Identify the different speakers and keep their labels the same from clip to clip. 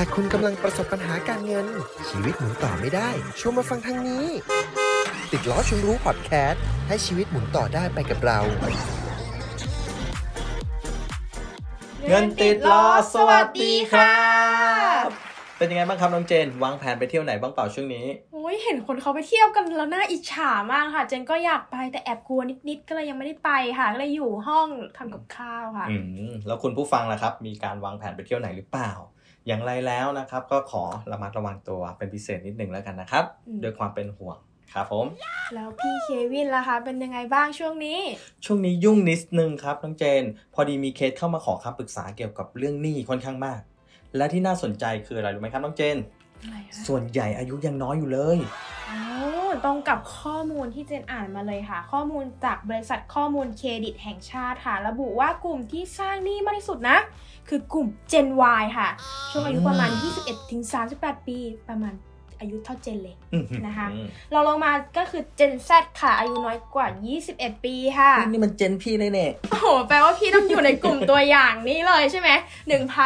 Speaker 1: ากคุณกำลังประสบปัญหาการเงิน ชีวิตหมุนต่อไม่ได้ ชวนมาฟังทางนี้ ติดล้อชวนรู้พอดแคสต์ให้ชีวิตหมุนต่อได้ไปกับเรา
Speaker 2: เงินติดล้อสวัสดีครับ
Speaker 3: เป็นยังไงบ้างครับน้องเจน วางแผนไปเที่ยวไหนบ้างเปล่าช่วงนี้
Speaker 2: โอ้ยเห็นคนเขาไปเที่ยวกันแล้วน่าอิจฉามากค่ะ เจนก็อยากไปแต่แอบกลัวนิดๆก็เลยยังไม่ได้ไปค่ะก็เลยอยู่ห้องทำกับข้าวค่ะ
Speaker 3: อืมแล้วคุณผู้ฟังล่ะครับ มีการวางแผนไปเที่ยวไหนหรือเปล่า อย่างไรแล้วนะครับ ก็ขอระมัดระวังตัวเป็นพิเศษนิดหนึ่งแล้วกันนะครับ
Speaker 2: อืม
Speaker 3: ด้วยความเป็นห่วงครับผม
Speaker 2: แล้วพี่เควินล่ะคะ เป็นยังไงบ้างช่วงนี้
Speaker 3: ช่วงนี้ยุ่งนิดนึงครับน้องเจน พอดีมีเคสเข้ามาขอคำปรึกษาเกี่ยวกับเรื่องหนี้ค่อนข้างมาก และที่น่าสนใจคืออะไรรู้ไหมครับน้องเจน
Speaker 2: อะไรคะ
Speaker 3: ส่วนใหญ่อายุยังน้อยอยู่เลย
Speaker 2: โอ้ตรงกับข้อมูลที่เจนอ่านมาเลยค่ะ ข้อมูลจากบริษัทข้อมูลเครดิตแห่งชาติค่ะ ระบุว่ากลุ่มที่สร้างหนี้มากที่สุดนะ คือกลุ่ม Gen Y ค่ะ ช่วงอายุประมาณ 21-38 ปี ประมาณอายุเท่าเจนเลย
Speaker 3: อื้อหือ
Speaker 2: นะคะ เราลงมาก็คือ Gen Z ค่ะ อายุน้อยกว่า 21 ปีค่ะ
Speaker 3: นี่มันเจนพี่เลยเนี่ย
Speaker 2: โอ้โห แปลว่าพี่ต้องอยู่ในกลุ่มตัวอย่างนี้เลยใช่ไหม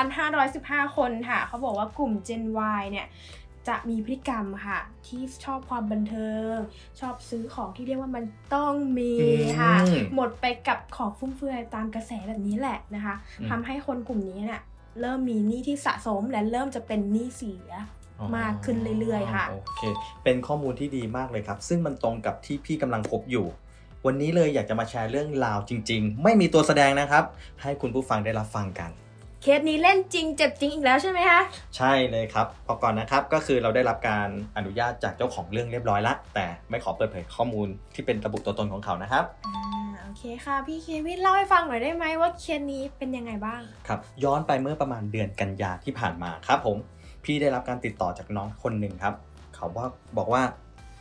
Speaker 2: 1,515 คนค่ะ เขาบอกว่ากลุ่ม Gen Y เนี่ย จะมีพฤติกรรมค่ะ ที่ชอบความบันเทิง ชอบซื้อของที่เรียกว่ามันต้องมีค่ะ
Speaker 3: อืม
Speaker 2: หมดไปกับของฟุ่มเฟือยตามกระแสแบบนี้แหละนะคะ
Speaker 3: อืม
Speaker 2: ทำให้คนกลุ่มนี้เนี่ยเริ่มมีหนี้ที่สะสมและเริ่มจะเป็นหนี้เสีย มากขึ้นเรื่อยๆค่ะ
Speaker 3: โอเค เป็นข้อมูลที่ดีมากเลยครับ ซึ่งมันตรงกับที่พี่กำลังพบอยู่ วันนี้เลยอยากจะมาแชร์เรื่องราวจริง ๆ ไม่มีตัวแสดงนะครับ ให้คุณผู้ฟังได้รับฟังกัน
Speaker 2: เคสนี้เล่นจริงเจ็บจริงอีกแล้วใช่ไหมคะ
Speaker 3: ใช่เลยครับพอก่อนนะครับ ก็คือเราได้รับการอนุญาตจากเจ้าของเรื่องเรียบร้อยละ แต่ไม่ขอเปิดเผยข้อมูลที่เป็นระบุตัวตนของเขานะครับ
Speaker 2: อ่าโอเคค่ะ พี่เควินเล่าให้ฟังหน่อยได้ไหมว่าเคสนี้เป็นยังไงบ้าง
Speaker 3: ครับ ย้อนไปเมื่อประมาณเดือนกันยาที่ผ่านมาครับผม พี่ได้รับการติดต่อจากน้องคนหนึ่งครับ เขาว่าบอกว่า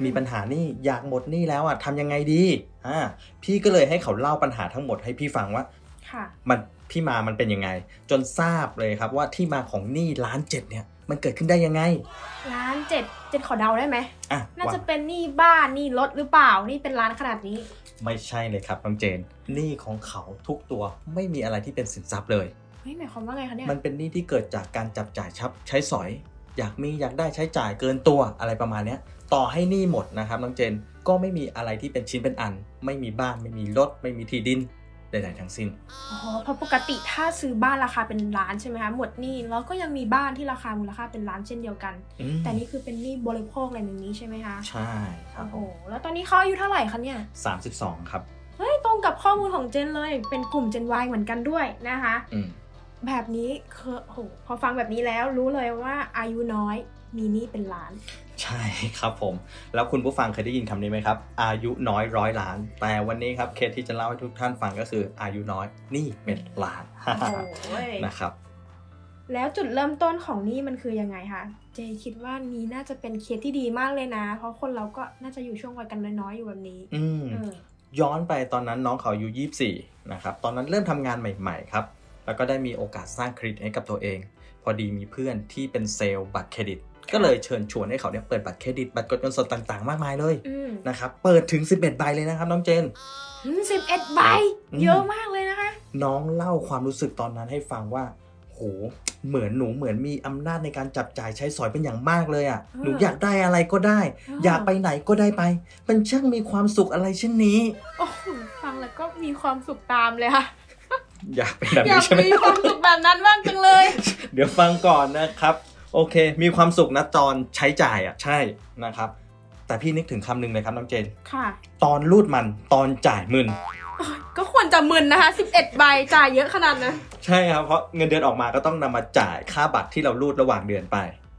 Speaker 3: มีปัญหานี่อยากหมดหนี่แล้วอ่ะทำยังไงดีอ่าพี่ก็เลยให้เขาเล่าปัญหาทั้งหมดให้พี่ฟังว่า
Speaker 2: ค่ะ
Speaker 3: มันที่มามันเป็นยังไง จนทราบเลยครับว่าที่มาของหนี้ล้านเจ็ดเนี่ยมันเกิดขึ้นได้ยังไง
Speaker 2: ร้านเจ็ดเจ็ดขอเดาได้ไหม
Speaker 3: อ่ะ
Speaker 2: น่าจะ
Speaker 3: ว่า
Speaker 2: เป็นหนี้บ้านหนี้รถหรือเปล่าหนี่เป็นร้านขนาดนี้
Speaker 3: ไม่ใช่เลยครับน้องเจนหนี้ของเขาทุกตัวไม่มีอะไรที่เป็นสินทรัพย์เลย
Speaker 2: เฮ้ยหมายความว่าไงคะเนี่ย
Speaker 3: มันเป็นหนี้ที่เกิดจากการจับจ่ายชับใช้สอย อยากมีอยากได้ใช้จ่ายเกินตัวอะไรประมาณเนี้ยต่อให้หนี้หมดนะครับน้องเจนก็ไม่มีอะไรที่เป็นชิ้นเป็นอัน ไม่มีบ้านไม่มีรถไม่มีที่ดินใดๆทั้งสิ้น
Speaker 2: อ๋อ เพราะปกติถ้าซื้อบ้านราคาเป็นล้านใช่ไหมคะ หมดหนี้แล้วก็ยังมีบ้านที่ราคามูลค่าเป็นล้านเช่นเดียวกัน
Speaker 3: อืม
Speaker 2: แต่นี่คือเป็นหนี้บริโภคอะไรอย่างนี้ใช่ไหมคะ
Speaker 3: ใช่ครับ
Speaker 2: โอ้
Speaker 3: ผ
Speaker 2: โห
Speaker 3: ม
Speaker 2: แล้วตอนนี้เขาอายุเท่าไหร่คะเนี่ย
Speaker 3: สามสิบสองครับ
Speaker 2: เฮ้ย ตรงกับข้อมูลของเจนเลย เป็นกลุ่มเจน Y เหมือนกันด้วยนะคะ
Speaker 3: อืม
Speaker 2: แบบนี้เคอโอ้โห พอฟังแบบนี้แล้วรู้เลยว่าอายุน้อยมีหนี้เป็นล้าน
Speaker 3: ใช่ครับผม แล้วคุณผู้ฟังเคยได้ยินคำนี้ไหมครับ อายุน้อยร้อยล้าน แต่วันนี้ครับเคสที่จะเล่าให้ทุกท่านฟังก็คืออายุน้อยหนี่เป็นล้าน
Speaker 2: โอ้โห
Speaker 3: นะครับ
Speaker 2: แล้วจุดเริ่มต้นของหนี่มันคือยังไงคะ เจคิดว่านี้น่าจะเป็นเคสที่ดีมากเลยนะ เพราะคนเราก็น่าจะอยู่ช่วงวัยกันน้อยๆอยู่แบบนี้
Speaker 3: อืม
Speaker 2: เออ
Speaker 3: ย้อนไปตอนนั้นน้องเขาอายุ24 นะครับ ตอนนั้นเริ่มทำงานใหม่ๆครับ แล้วก็ได้มีโอกาสสร้างเครดิตให้กับตัวเอง พอดีมีเพื่อนที่เป็นเซลล์บัตรเครดิต ก็เลยเชิญชวนให้เขาเนี่ยเปิดบัตรเครดิต บัตรกดเงินสดต่างๆ มากมายเลย
Speaker 2: อืม
Speaker 3: นะครับ เปิดถึง 11ใบเลยนะครับน้องเจน
Speaker 2: สิบเอ็ดใบ
Speaker 3: อืม
Speaker 2: เยอะมากเลยนะคะ
Speaker 3: น้องเล่าความรู้สึกตอนนั้นให้ฟังว่า โห เหมือนหนูเหมือนมีอำนาจในการจับจ่ายใช้สอยเป็นอย่างมากเลยอะ่ะ
Speaker 2: อ่า
Speaker 3: หนูอยากได้อะไรก็ได้ อยากไปไหนก็ได้ไป มันช่างมีความสุขอะไรเช่นนี้
Speaker 2: โอ้โหฟังแล้วก็มีความสุขตามเลยค่ะ
Speaker 3: อยากเป็นแบบ
Speaker 2: อยา
Speaker 3: นี้
Speaker 2: ก
Speaker 3: ใช่ไหม
Speaker 2: มีความสุขแบบนั้นบ้างจังเลย
Speaker 3: เดี๋ยวฟังก่อนนะครับ โอเค มีความสุขนะตอนใช้จ่ายอะ่ะ ใช่นะครับ แต่พี่นึกถึงคำหนึ่งเลยครับน้องเจน
Speaker 2: ค่ะ
Speaker 3: ตอนรูดมันตอนจ่ายมึน
Speaker 2: ก็ควรจะมึนนะคะสิบเอ็ดใบจ่ายเยอะขนาดนั้น
Speaker 3: ใช่ครับ เพราะเงินเดือนออกมาก็ต้องนำมาจ่ายค่าบัตรที่เรารูดระหว่างเดือนไป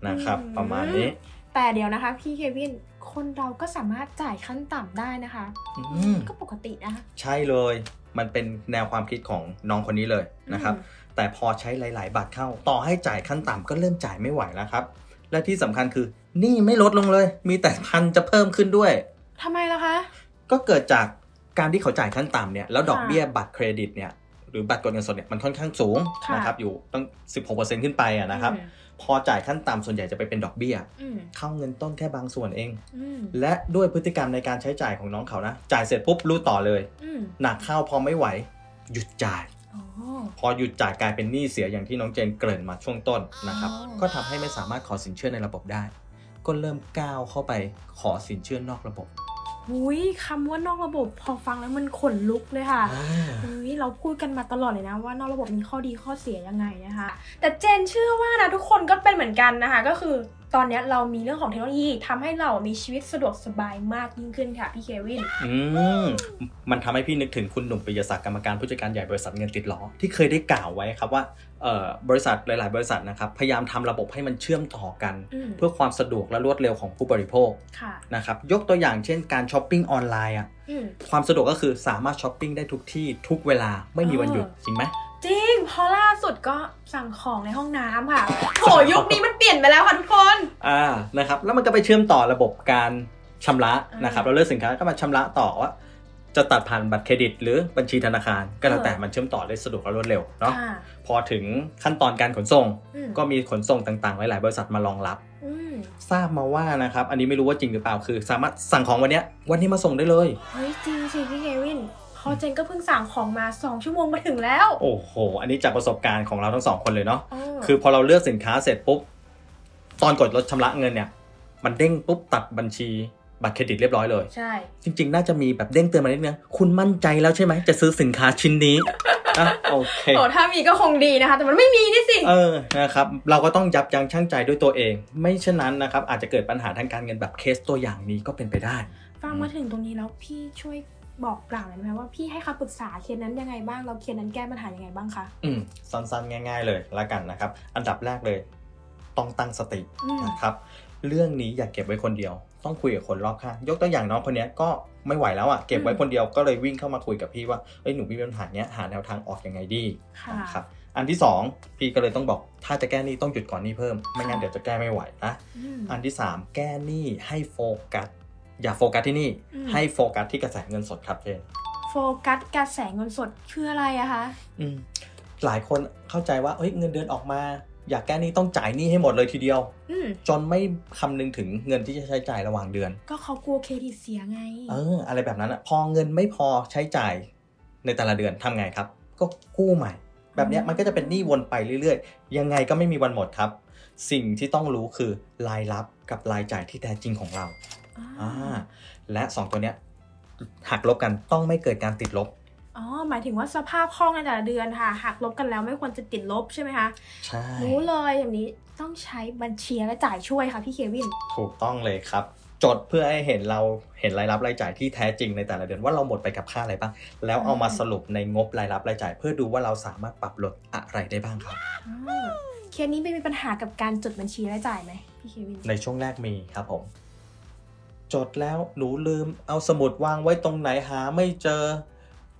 Speaker 3: นะครับ
Speaker 2: อืม
Speaker 3: ประมาณนี้
Speaker 2: แต่เดี๋ยวนะคะ พี่เควินคนเราก็สามารถจ่ายขั้นต่ำได้นะคะ
Speaker 3: อืม
Speaker 2: ก็ปกตินะคะ
Speaker 3: ใช่เลย มันเป็นแนวความคิดของน้องคนนี้เลยนะครับ
Speaker 2: อืม
Speaker 3: แต่พอใช้หลาย ๆ บาทเข้า ต่อให้จ่ายขั้นต่ำก็เริ่มจ่ายไม่ไหวแล้วครับ และที่สำคัญคือหนี่ไม่ลดลงเลย มีแต่พันจะเพิ่มขึ้นด้วย
Speaker 2: ทำไมล่ะคะ
Speaker 3: ก็เกิดจากการที่เขาจ่ายขั้นต่ำเนี่ย แล้วดอกเบี้ยบัตรเครดิตเนี่ย หรือบัตรกดเงินสดเนี่ย มันค่อนข้างสูง
Speaker 2: ค่ะ
Speaker 3: นะครับ อยู่ตั้ง 16%ขึ้นไปอะนะครับ พอจ่ายขั้นต่ำส่วนใหญ่จะไปเป็นดอกเบี้ย
Speaker 2: อืม
Speaker 3: เข้าเงินต้นแค่บางส่วนเอง
Speaker 2: อืม
Speaker 3: และด้วยพฤติกรรมในการใช้จ่ายของน้องเขานะ จ่ายเสร็จปุ๊บรู้ต่อเลย
Speaker 2: อืม
Speaker 3: หนักเข้าพอไม่ไหว หยุดจ่าย
Speaker 2: อ๋อ
Speaker 3: พอหยุดจ่ายกลายเป็นหนี้เสียอย่างที่น้องเจนเกริ่นมาช่วงต้นนะครับ
Speaker 2: อ๋อ
Speaker 3: ก็ทำให้ไม่สามารถขอสินเชื่อในระบบได้ ก็เริ่มก้าวเข้าไปขอสินเชื่อนอกระบบ
Speaker 2: หุยคำว่านอกระบบพอฟังแล้วมันขนลุกเลยค่ะ เฮ้ยเราพูดกันมาตลอดเลยนะว่านอกระบบมีข้อดีข้อเสียยังไงนะคะ แต่เจนเชื่อว่านะทุกคนก็เป็นเหมือนกันนะคะ ก็คือตอนเนี้ยเรามีเรื่องของเทคโนโลยีทำให้เรามีชีวิตสะดวกสบายมากยิ่งขึ้นค่ะพี่เควิน
Speaker 3: อืมมันทำให้พี่นึกถึงคุณหนุ่มปิยศักดิ์กรรมการผู้จัดการใหญ่บริษัทเงินติดล้อที่เคยได้กล่าวไว้ครับว่าเอ่อบริษัทหลาย ๆ บริษัทนะครับพยายามทำระบบให้มันเชื่อมต่อกัน
Speaker 2: อืม
Speaker 3: เพื่อความสะดวกและรวดเร็วของผู้บริโภค
Speaker 2: ค่ะ
Speaker 3: นะครับยกตัวอย่างเช่นการช้อปปิ้งออนไลน์อะ
Speaker 2: อืม
Speaker 3: ความสะดวกก็คือสามารถช้อปปิ้งได้ทุกที่ทุกเวลาไม่มีวันหยุด
Speaker 2: เออ
Speaker 3: จริงไหม
Speaker 2: จริงเพอล่าสุดก็สั่งของในห้องน้ำค่ะโหยุคนี้มันเปลี่ยนไปแล้วค่ะทุกคน
Speaker 3: อ่า นะครับ แล้วมันก็ไปเชื่อมต่อระบบการชำระ
Speaker 2: อ่าน
Speaker 3: นะครับ เราเลือกสินค้าก็มาชำระต่อว่า จะตัดผ่านบัตรเครดิต หรือบัญชีธนาคาร ก็แล้วแต่มันเชื่อมต่อได้สะดวกและรวดเร็วเนาะ
Speaker 2: ค่ะ
Speaker 3: พอถึงขั้นตอนการขนส่ง
Speaker 2: อืม
Speaker 3: ก็มีขนส่งต่างๆ หลายๆ บริษัทมารองรับ
Speaker 2: อืม
Speaker 3: ทราบมาว่านะครับ อันนี้ไม่รู้ว่าจริงหรือเปล่า คือ สามารถสั่งของวันเนี้ยวันนี้มาส่งได้เลย
Speaker 2: เฮ้ยจริงสิพี่เควินพอเจนก็เพิ่งสั่งของมาสองชั่วโมงมาถึงแล้ว
Speaker 3: โอ้โห อันนี้จากประสบการณ์ของเราทั้งสองคนเลยเนาะ
Speaker 2: เออ
Speaker 3: คือพอเราเลือกสินค้าเสร็จปุ๊บ ตอนกดรถชำระเงินเนี่ย มันเด้งปุ๊บตัดบัญชีบัตรเครดิตเรียบร้อยเลย
Speaker 2: ใช่
Speaker 3: จริงๆ น่าจะมีแบบเด้งเตือนมานิดนึงคุณมั่นใจแล้วใช่ไหม จะซื้อสินค้าชิ้นนี้นะโอเค
Speaker 2: โอ้ถ้ามีก็คงดีนะคะ แต่มันไม่มีนี่สิ
Speaker 3: เออ นะครับ เราก็ต้องยับยั้งชั่งใจด้วยตัวเอง ไม่เช่นนั้นนะครับ อาจจะเกิดปัญหาทางการเงินแบบเคสตัวอย่างนี้ก็เป็นไปได้
Speaker 2: ฟังมาถึงตรงนี้แล้วพี่ช่วยบอกกล่าวหน่อยได้ไหมว่าพี่ให้คำปรึกษาเคสนั้นยังไงบ้างเราเคสนั้นแก้ปัญหายังไงบ้างคะ
Speaker 3: อืม สั้นๆ ง่าย ๆ เลยละกันนะครับ อันดับแรกเลย ต้องตั้งสติ
Speaker 2: อืม
Speaker 3: นะครับ เรื่องนี้อย่าเก็บไว้คนเดียว ต้องคุยกับคนรอบข้าง ยกตัวอย่างน้องคนเนี้ยก็ไม่ไหวแล้วอ่ะ เก็บไว้คนเดียว ก็เลยวิ่งเข้ามาคุยกับพี่ว่า เอ้ย หนูมีปัญหาเนี้ย หาแนวทางออกยังไงดี
Speaker 2: ค่ะ
Speaker 3: นะครับอันที่ 2 พี่ก็เลยต้องบอกถ้าจะแก้หนี้ต้องหยุดก่อนหนี้เพิ่ม ไม่งั้นเดี๋ยวจะแก้ไม่ไหวนะ
Speaker 2: อืม
Speaker 3: อันที่ 3 แก้หนี้ให้โฟกัส อย่าโฟกัสที่หนี่
Speaker 2: อืม
Speaker 3: ให้โฟกัสที่กระแสเงินสดครับเจน
Speaker 2: โฟกัสกระแสเงินสดคืออะไรอะคะ
Speaker 3: อืมหลายคนเข้าใจว่าเอ้ยเงินเดือนออกมา อยากแก้หนี้ต้องจ่ายหนี้ให้หมดเลยทีเดียว
Speaker 2: อืม
Speaker 3: จนไม่คำนึงถึงเงินที่จะใช้จ่ายระหว่างเดือน
Speaker 2: ก็เขากลัวเครดิตเสียไง
Speaker 3: เออ อะไรแบบนั้นอะพอเงินไม่พอใช้จ่ายในแต่ละเดือนทำไงครับ ก็กู้ใหม่ แบบเนี้ยมันก็จะเป็นหนี้วนไปเรื่อยๆ ยังไงก็ไม่มีวันหมดครับ สิ่งที่ต้องรู้คือรายรับกับรายจ่ายที่แท้จริงของเราอ่าและ 2 ตัวเนี้ยหักลบกันต้องไม่เกิดการติดลบ
Speaker 2: อ๋อ หมายถึงว่าสภาพคล่องในแต่ละเดือนค่ะหักลบกันแล้วไม่ควรจะติดลบใช่ไหมคะ
Speaker 3: ใช่
Speaker 2: รู้เลยแบบนี้ต้องใช้บัญชีและจ่ายช่วยค่ะพี่เควิน
Speaker 3: ถูกต้องเลยครับ จดเพื่อให้เห็นเราเห็นรายรับรายจ่ายที่แท้จริงในแต่ละเดือนว่าเราหมดไปกับค่าอะไรบ้าง แล้วเอามาสรุปในงบรายรับรายจ่าย เพื่อดูว่าเราสามารถปรับลดอะไรได้บ้างครับ
Speaker 2: อ่าเคสนี้ไม่มีปัญหากับการจดบัญชีรายจ่ายไหมพี่เควิน
Speaker 3: ในช่วงแรกมีครับผม จดแล้วหนูลืมเอาสมุดวางไว้ตรงไหนหาไม่เจอ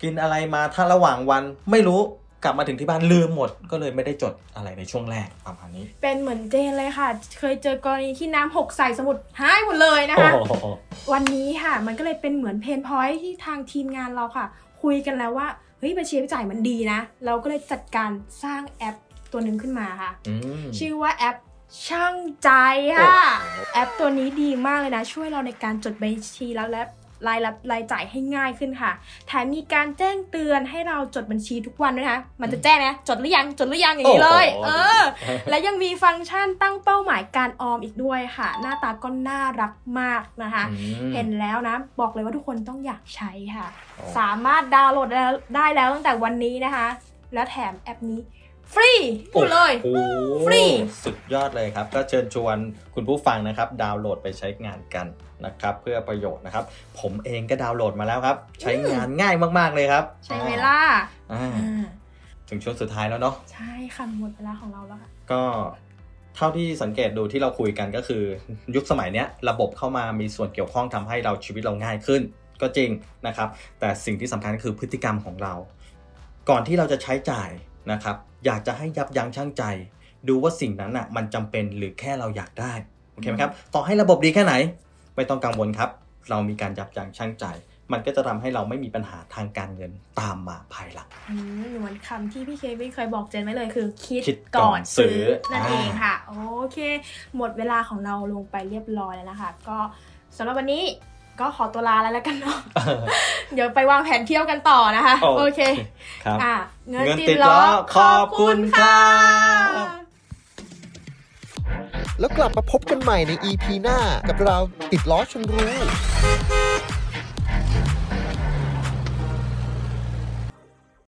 Speaker 3: กินอะไรมาถ้าระหว่างวัน ไม่รู้กลับมาถึงที่บ้านลืมหมด ก็เลยไม่ได้จดอะไรในช่วงแรกประมาณนี้
Speaker 2: เป็นเหมือนเจนเลยค่ะ เคยเจอกรณีที่น้ำหกใส่สมุดหายหมดเลยนะ
Speaker 3: โอ้
Speaker 2: คะ
Speaker 3: โห
Speaker 2: วันนี้ค่ะ มันก็เลยเป็นเหมือนเพนพอยที่ทางทีมงานเราค่ะ คุยกันแล้วว่า เฮ้ยบัญชีรายจ่ายมันดีนะ เราก็เลยจัดการสร้างแอปตัวหนึ่งขึ้นมาค่ะ
Speaker 3: อืม
Speaker 2: ชื่อว่าแอปช่างใจค่ะ แอปตัวนี้ดีมากเลยนะ ช่วยเราในการจดบัญชีแล้วและรายรับรายจ่ายให้ง่ายขึ้นค่ะแถมมีการแจ้งเตือนให้เราจดบัญชีทุกวันด้วยนะคะมันจะแจ้งนะจดหรือยังจดหรือยังอย่างนี้เลย
Speaker 3: โโห
Speaker 2: เออ และยังมีฟังก์ชันตั้งเป้าหมายการออมอีกด้วยค่ะ หน้าตาก็น่ารักมากนะคะ
Speaker 3: อืม
Speaker 2: เห็นแล้วนะ บอกเลยว่าทุกคนต้องอยากใช้ค่ะ
Speaker 3: โอ้
Speaker 2: สามารถดาวน์โหลดได้แล้วได้แล้วตั้งแต่วันนี้นะคะ และแถมแอปนี้ ฟรีพูดเลย
Speaker 3: โอ้โห
Speaker 2: ฟรี
Speaker 3: สุดยอดเลยครับ ก็เชิญชวนคุณผู้ฟังนะครับ ดาวน์โหลดไปใช้งานกันนะครับ เพื่อประโยชน์นะครับ ผมเองก็ดาวน์โหลดมาแล้วครับ ใช้งานง่ายมากๆเลยครับ
Speaker 2: ใช่ไหมล่ะ
Speaker 3: อ่า
Speaker 2: อ่า
Speaker 3: ถึงช่วงสุดท้ายแล้วเนาะ
Speaker 2: ใช่ค่ะหมดเวลาของเราแล้วค่ะ
Speaker 3: ก็เท่าที่สังเกตดูที่เราคุยกันก็คือ ยุคสมัยเนี้ยระบบเข้ามามีส่วนเกี่ยวข้องทำให้เราชีวิตเราง่ายขึ้น ก็จริงนะครับ แต่สิ่งที่สำคัญก็คือพฤติกรรมของเรา ก่อนที่เราจะใช้จ่ายนะครับ อยากจะให้ยับยั้งชั่งใจ ดูว่าสิ่งนั้นอ่ะมันจำเป็นหรือแค่เราอยากได้โอเคไหมครับต่อให้ระบบดีแค่ไหน ไม่ต้องกังวลครับ เรามีการยับยั้งชั่งใจ มันก็จะทำให้เราไม่มีปัญหาทางการเงินตามมาภายหลัง
Speaker 2: อืมเหมือนคำที่พี่เควินเคยบอกเจนไว้เลยคือ คิด
Speaker 3: คิดก่
Speaker 2: ก่อ
Speaker 3: อน นซื้
Speaker 2: ซื้อ
Speaker 3: อ
Speaker 2: นั่น
Speaker 3: อ่า
Speaker 2: เองค่ะ โอเค หมดเวลาของเราลงไปเรียบร้อยแล้วนะคะ ก็สำหรับวันนี้ ก็ขอตัวลาแล้วแล้วกันเนาะ
Speaker 3: เออ
Speaker 2: เดี๋ยวไปวางแผนเที่ยวกันต่อนะคะ โอเค
Speaker 3: ครับ
Speaker 2: อ่ะเงิน
Speaker 3: เงิน
Speaker 2: ติ
Speaker 3: ติ
Speaker 2: ด
Speaker 3: ด
Speaker 2: ล้
Speaker 3: ล้
Speaker 2: อ
Speaker 3: อ
Speaker 2: ข
Speaker 3: ข
Speaker 2: อ
Speaker 3: อ
Speaker 2: บบ คุ
Speaker 3: คุณ ณ
Speaker 2: ค
Speaker 3: ค
Speaker 2: รั
Speaker 3: รับ
Speaker 2: บ
Speaker 1: แล้วกลับมาพบกันใหม่ใน EP หน้ากับเราติดล้อชนรู้